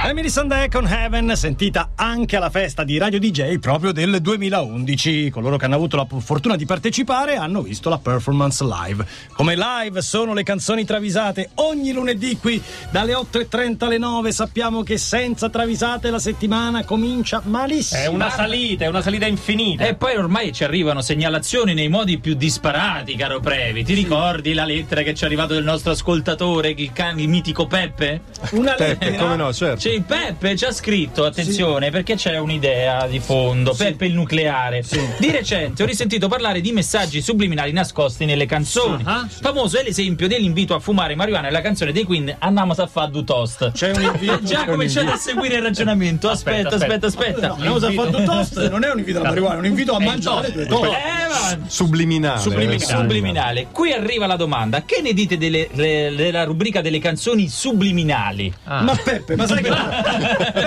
Emily Sandé con Heaven, sentita anche alla festa di Radio DJ proprio del 2011. Coloro che hanno avuto la fortuna di partecipare hanno visto la performance live. Come live sono le canzoni travisate ogni lunedì qui dalle 8.30 alle 9. Sappiamo che senza travisate la settimana comincia malissimo. È una salita, è una salita infinita. Eh, E poi ormai ci arrivano segnalazioni nei modi più disparati, caro Previ. Ti ricordi la lettera che ci è arrivata del nostro ascoltatore, il, can, il mitico Peppe? Una Peppe, lettera. come no, certo. C'è il Peppe ci ha scritto, attenzione, perché c'è un'idea di fondo. Peppe il nucleare. Di recente ho risentito parlare di messaggi subliminali nascosti nelle canzoni. Ah, Famoso è l'esempio dell'invito a fumare marijuana nella canzone dei Queen Andiamo a fare du toast. C'è un invito. Ha già cominciato a seguire il ragionamento. Aspetta, aspetta, Aspetta, aspetta. No, cosa fatto toast non è un invito alla marijuana, è un invito a mangiare due toast. Eh, va- Subliminale. Subliminale. eh, Subliminale. Qui arriva la domanda: che ne dite delle- le- della rubrica delle canzoni subliminali? Ah. Ma Peppe, ma sai che Ma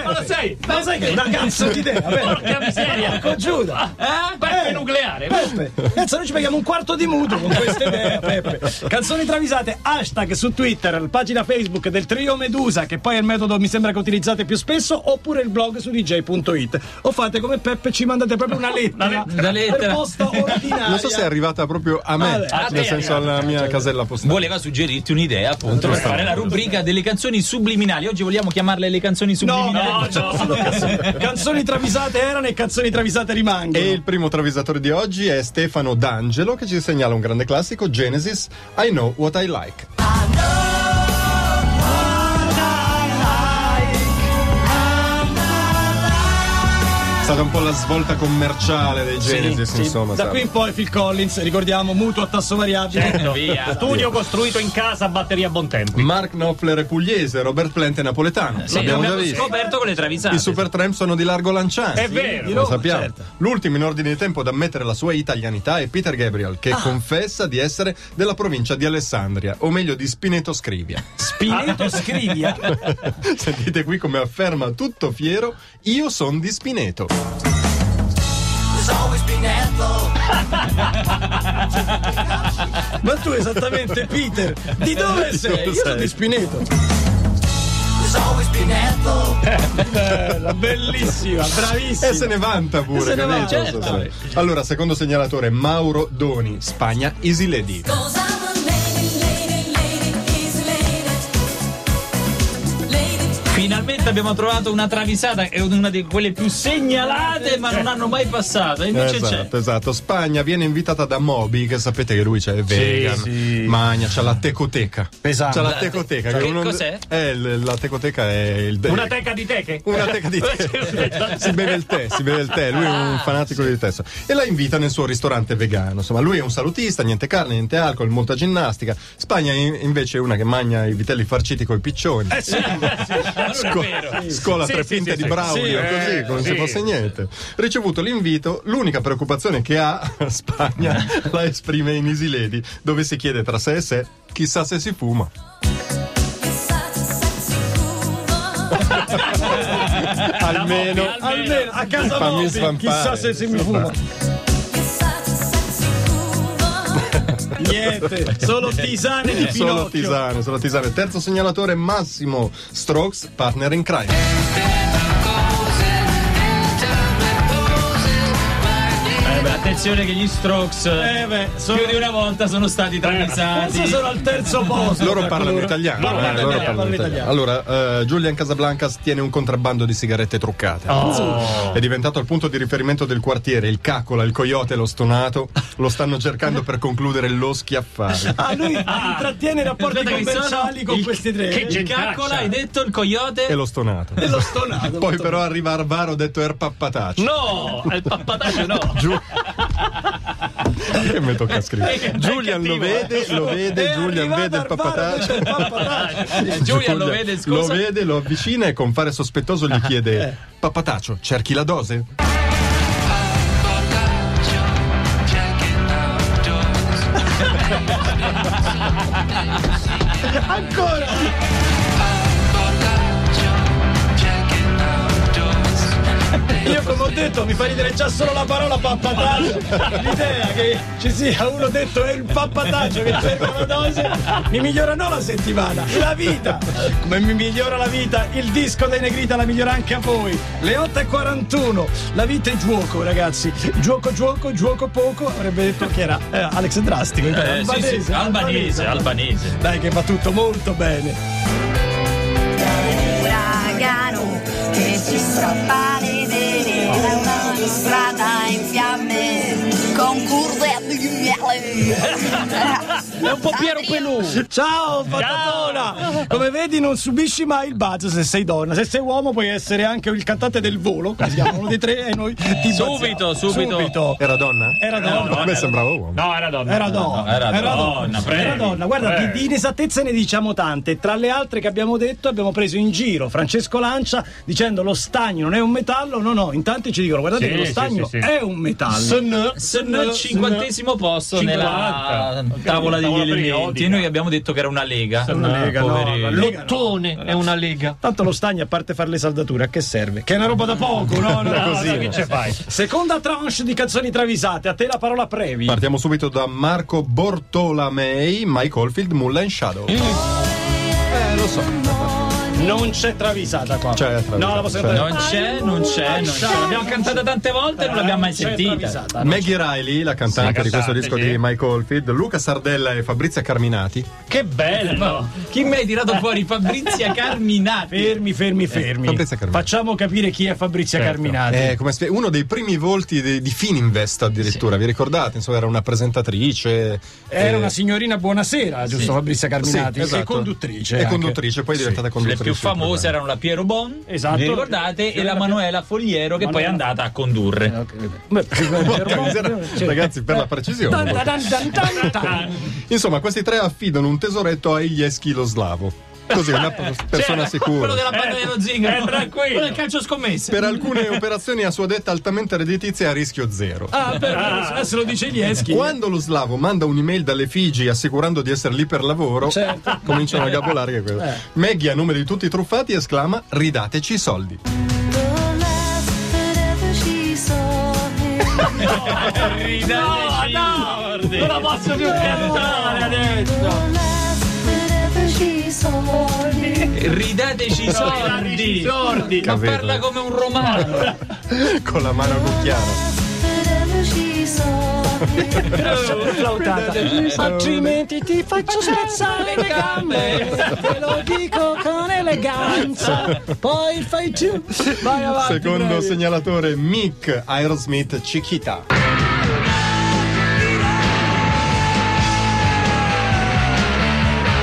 lo sai, Ma lo sai che è una cazzo di idea, Porca vero? miseria! Porco Giuda. Eh? Peppe Eh. nucleare! Peppe, cazzo noi ci paghiamo un quarto di mutuo con questa idea, Peppe. Canzoni travisate, hashtag su Twitter, pagina Facebook del trio Medusa, che poi è il metodo mi sembra che utilizzate più spesso, oppure il blog su dj.it. O fate come Peppe, ci mandate proprio una lettera, Una lettera. Una lettera. per posta ordinaria. Non so se è arrivata proprio a Ah, me, beh, a nel te, senso alla mia casella postale. Voleva suggerirti un'idea, appunto, per fare la rubrica delle canzoni subliminali. Oggi vogliamo chiamarle le canzoni No, subliminali. no, no, solo canzoni, canzoni travisate erano e canzoni travisate rimangono. E il primo travisatore di oggi è Stefano D'Angelo che ci segnala un grande classico, Genesis, I Know What I Like. È stata un po' la svolta commerciale dei Genesis, Sì, insomma. da sai. qui in poi Phil Collins, ricordiamo, mutuo a tasso variabile. Certo, via. Studio costruito in casa a batteria a buon tempo. Mark Knopfler è pugliese, Robert Plant è napoletano. L'abbiamo già visto. scoperto con le travisate. I Supertramp sono di largo lanciante. È vero. Lo sappiamo. Certo. L'ultimo in ordine di tempo ad ammettere la sua italianità è Peter Gabriel, che confessa di essere della provincia di Alessandria, o meglio di Spineto Scrivia. Spineto Scrivia. Sentite qui come afferma tutto fiero: Io son di Spineto. Ma tu esattamente, Peter, di dove sei? Eh Io sono di Spineto. Bella, bellissima, bravissima. E se ne vanta pure. E se ne certo. vanta. capito? Non so se- Allora, secondo segnalatore, Mauro Doni, Spagna, Easy Lady. Cause I'm a lady, lady, lady, easy lady. Lady, Finalmente abbiamo trovato una travisata, è una di quelle più segnalate, ma non hanno mai passato. E Invece c'è. Esatto, esatto. Spagna viene invitata da Moby, che sapete che lui c'è è vegan, sì. magna, c'ha la tecoteca. Ah, Pesante. C'ha la tecoteca. Che uno- cos'è? Eh, l- la tecoteca è il Una teca di teche? una teca di tè si beve il tè si beve il tè lui è Ah, un fanatico di tè e la invita nel suo ristorante vegano insomma lui è un salutista niente carne niente alcol molta ginnastica Spagna in- invece è una che mangia i vitelli farciti coi piccioni Eh, Sco- scola Sì, tre sì, pinte sì, di sì. brownie Sì, o così eh, come se sì. fosse niente ricevuto l'invito l'unica preoccupazione che ha Spagna la esprime in Easy Lady dove si chiede tra sé e sé chissà se si fuma it's such a sexy woman. Eh, almeno Almeno a casa Fammi Moby, svampare. chissà se, se mi fuma. It's such a sexy woman. Niente, solo tisane di Pinocchio. Solo Tisane, solo Tisane. Terzo segnalatore Massimo Strokes, partner in crime. Eh, beh, attenzione che gli Strokes Eh beh, sono- più di una volta sono stati Forse travisati. sono al terzo posto. Loro tra parlano coloro- italiano. Loro eh, parlano loro italiano, parlano parlano italiano. italiano. Allora, eh, Julian Casablancas tiene un contrabbando di sigarette truccate. Oh. È diventato il punto di riferimento del quartiere. Il cacola, il coyote, lo stonato lo stanno cercando per concludere lo schiaffare. Ah, lui intrattiene rapporti Aspetta, che commerciali sono- con il- questi tre. Eh, che- Il caccola, hai detto il coyote? E lo stonato. E lo stonato. Poi però arriva Arvaro detto Er Erpappataci. No! Al pappatacio no! Giù- che mi tocca Eh, che scrivere? Julian lo cattivo, vede, lo vede, È Julian Eh, arrivato vede il al bar, papatacio. vede il papataccio. Eh, Giulia lo vede, Lo scusa. vede, lo avvicina e con fare sospettoso gli chiede: Papataccio, cerchi la dose? Ancora! Io come ho detto detto, mi fa ridere già solo la parola pappataggio. L'idea che ci sia uno detto è il pappataggio che cerca una dose, mi migliora non la settimana, la vita. Come mi migliora la vita, il disco dei Negrita la migliora anche a voi. Le 8.41, la vita è gioco, ragazzi. Gioco, gioco, gioco poco, avrebbe detto che era eh, Alex Drastico. in Eh, sì, sì, albanese, albanese. Dai che va tutto molto bene. uragano che ci strappa le vele da una strada in fiamme con curve di miele È un po' Piero Pelù. Ciao, patatona! Come vedi non subisci mai il buzz se sei donna. Se sei uomo puoi essere anche il cantante del volo, così siamo uno dei tre e noi ti Subito, bazziamo. subito. Era donna? Era donna. A me sembrava uomo. No, era donna. Era donna, era donna, prego, era donna. Guarda, di, prego. di inesattezze ne diciamo tante. Tra le altre che abbiamo detto, abbiamo preso in giro Francesco Lancia dicendo lo stagno non è un metallo. No, no, in tanti ci dicono guardate Sì, che lo sì, stagno sì, sì. è un metallo. Sono Al cinquantesimo posto 50. nella tavola degli Tavola elementi periodica. e noi abbiamo detto che era una lega. Ah, Una lega, no, Poverino. la lega no. Lottone è una lega. Tanto lo stagno, a parte fare le saldature, a che serve? Che è una roba da poco, no? no, no, Così, che ce fai? Seconda tranche di canzoni travisate, a te la parola previ. Partiamo subito da Marco Bortolamei, Mike Oldfield, Mulla in Shadow. Eh, lo so. Non c'è travisata qua. C'è travisata. No, la possiamo C'è. cantare. Non c'è, Ah, non c'è, non c'è. L'abbiamo cantata tante volte e non l'abbiamo mai c'è sentita. travisata. Maggie Riley, la cantante, la di questo cantante, disco sì. di Mike Oldfield, Luca Sardella e Fabrizia Carminati. Che bello! Chi mi hai tirato fuori? Fabrizia Carminati. Fermi, Eh, fermi, fermi. Fabrizia Carminati. Facciamo capire chi è Fabrizia Certo. Carminati. Eh, come spie- uno dei primi volti di, di Fininvest addirittura, vi ricordate? Insomma, era una presentatrice. Era eh, una signorina buonasera, giusto Fabrizia Carminati? sì, esatto. E conduttrice. E anche. conduttrice, poi è diventata Le conduttrice. più del famose programma. erano la Piero Bon, Esatto. vi ricordate, e la Manuela Fogliero che poi è Manuela- Eh, andata a condurre. Beh, Porca miseria, Cioè, Ragazzi, per la tan, precisione. tan, tan, tan, tan. Insomma, questi tre affidano un tesoretto a Ilieski lo slavo. Così, una Cioè, persona sicura. Quello della banda dello eh, zingaro. tranquillo. Quello del calcio scommesse. Per alcune operazioni a sua detta altamente redditizie a rischio zero. Ah, per- adesso lo dice Lieschi. Quando lo slavo manda un'email dalle Figi assicurando di essere lì per lavoro, Certo. Eh. cominciano a gabolare che quello. Maggie, a nome di tutti i truffati, esclama: Ridateci i soldi. No, no, non la posso più cantare adesso. eh, Ridateci i soldi. Sordi! Ma Capito. parla come un romano. Con la mano cucchiara. Altrimenti ti faccio spezzare le gambe. Eh, Te lo dico con eleganza. Poi fai tu. Vai avanti. Secondo bravi. segnalatore Mick Aerosmith Chiquita.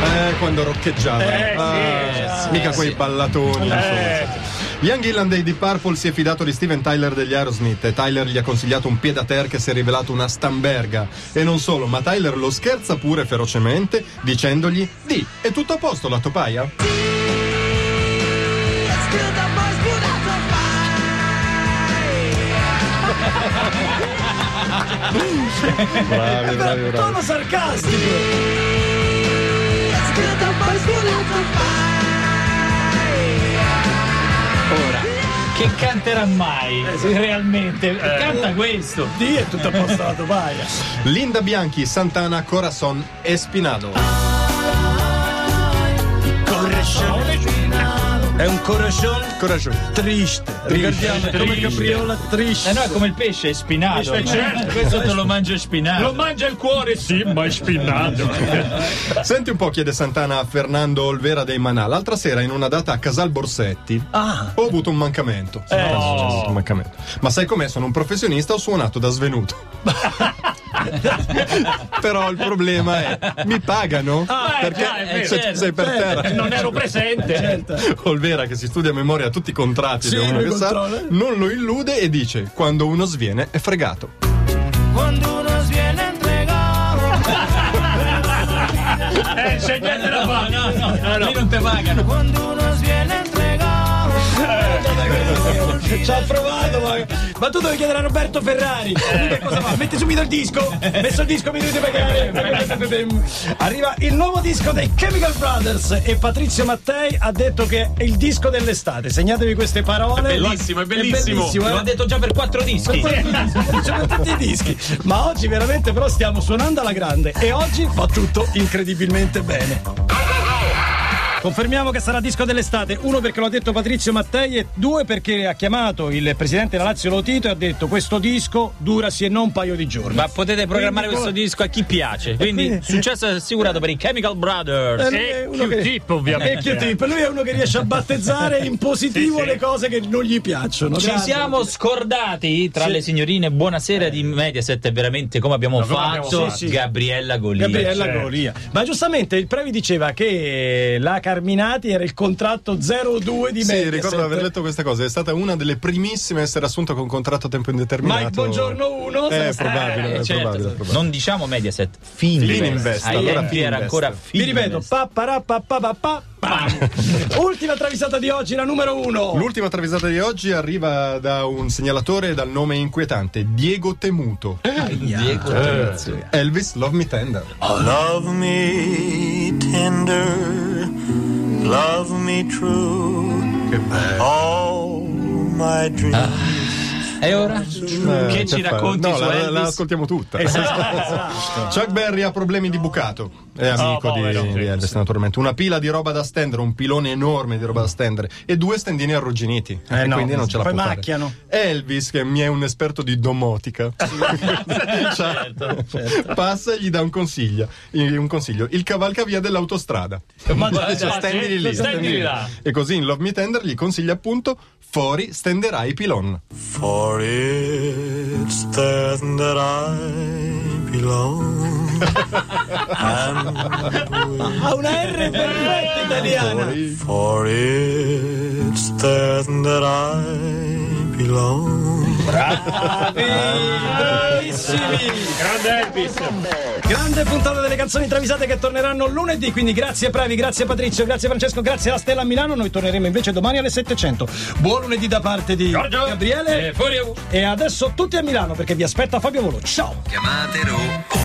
Eh, quando roccheggiava. Ah, mica quei ballatoni. insomma. Young Gillan dei Deep Purple si è fidato di Steven Tyler degli Aerosmith e Tyler gli ha consigliato un pied a terra che si è rivelato una stamberga. E non solo, ma Tyler lo scherza pure ferocemente dicendogli di, è tutto a posto la topaia? Bravi, bravi, bravi. Tono sarcastico. Ora, che canterà mai? Realmente. Eh, Canta questo. Dì, è tutto a posto la tovaia. Linda Bianchi, Santana, Corazon e Spinado. È un corascione Corazon. triste. Ricordiamo, è come Triste. capriola Eh triste. no, è come il pesce, è spinato. Eh, certo. Questo te lo mangia Lo spinato. mangia il cuore, sì, ma è spinnato. Senti un po', chiede Santana a Fernando Olvera dei Manà. L'altra sera, in una data a Casal Borsetti, Ah. ho avuto un mancamento. Eh. Sì, è successo Oh. un mancamento. Ma sai com'è? Sono un professionista, ho suonato da svenuto. Però il problema è, mi pagano? perché Ah, eh, già, è vero. se- Certo, sei per terra. Non ero presente. Olvera, che si studia a memoria tutti i contratti Sì, da uno lui che sa, controlla. non lo illude e dice: Quando uno sviene è fregato. Eh, c'è niente da fare. No, no, no, lì non te pagano. Ci ha provato, ma... ma tu devi chiedere a Roberto Ferrari. Lui che cosa fa? Metti subito il disco. Messo il disco, mi dovete pagare. Arriva il nuovo disco dei Chemical Brothers e Patrizio Mattei ha detto che è il disco dell'estate. Segnatevi queste parole. È bellissimo, è bellissimo. eh. Lo ha detto già per quattro dischi. Sono tutti i dischi. Ma oggi veramente però stiamo suonando alla grande e oggi va tutto incredibilmente bene. Confermiamo che sarà disco dell'estate, uno perché l'ha detto Patrizio Mattei e due perché ha chiamato il presidente della Lazio Lotito e ha detto questo disco dura sì e non un paio di giorni. Eh, Ma potete programmare Quindi, questo disco a chi piace. Quindi, quindi- successo assicurato per i Chemical Brothers. Eh, lui è uno che- Q-Tip, ovviamente. E Q-Tip, lui è uno che riesce a battezzare in positivo Sì, sì. le cose che non gli piacciono. Ci Grande. siamo scordati tra Sì. le signorine Buonasera di Mediaset, è veramente Eh. come abbiamo No, come fatto, abbiamo fatto. Sì, sì. Gabriella Golia. Gabriella certo. Golia. Ma giustamente il Previ diceva che la Carminati era il contratto 02 di Sì, Mediaset. ricordo di aver letto questa cosa. È stata una delle primissime a essere assunta con contratto a tempo indeterminato. Mike Buongiorno uno, se È ne sta- probabile, Eh, è certo. probabile. è probabile. Non diciamo Mediaset, Fininvest, Fininvest. Ai allora tempi era Fininvest. ancora Vi Fininvest. ripeto, pa, pa, pa, pa, pa, pa, pam. Ultima travisata di oggi, la numero uno. L'ultima travisata di oggi arriva da un segnalatore dal nome inquietante, Diego Temuto. Diego, Elvis Love Me Tender. Love me tender, love me true. All my dreams. E ora? Eh, che ci fa? racconti no, su la, Elvis? la ascoltiamo tutta. Chuck Berry ha problemi di bucato. È amico di, povero, sì, di Elvis, naturalmente. Una pila di roba da stendere, un pilone enorme di roba da stendere e due stendini arrugginiti. Eh, E no, quindi non ce la poi può fare. macchiano. Elvis, che mi è un esperto di domotica, Cioè, passa e gli dà un consiglio, un consiglio: il cavalcavia dell'autostrada. Ma- Cioè, stendili lì, stendili là. E così in Love Me Tender gli consiglia appunto: fuori stenderai i pilon. For it's there that I belong. Ha una R perfetta italiana. For it's there that I belong. Bravissimi. Grande Elvis. Grande puntata delle canzoni travisate che torneranno lunedì, quindi grazie Pravi, grazie Patrizio, grazie Francesco, grazie alla Stella a Milano, noi torneremo invece domani alle 700. Buon lunedì da parte di Giorgio. Gabriele Eh, fuori a- e adesso tutti a Milano perché vi aspetta Fabio Volo. Ciao!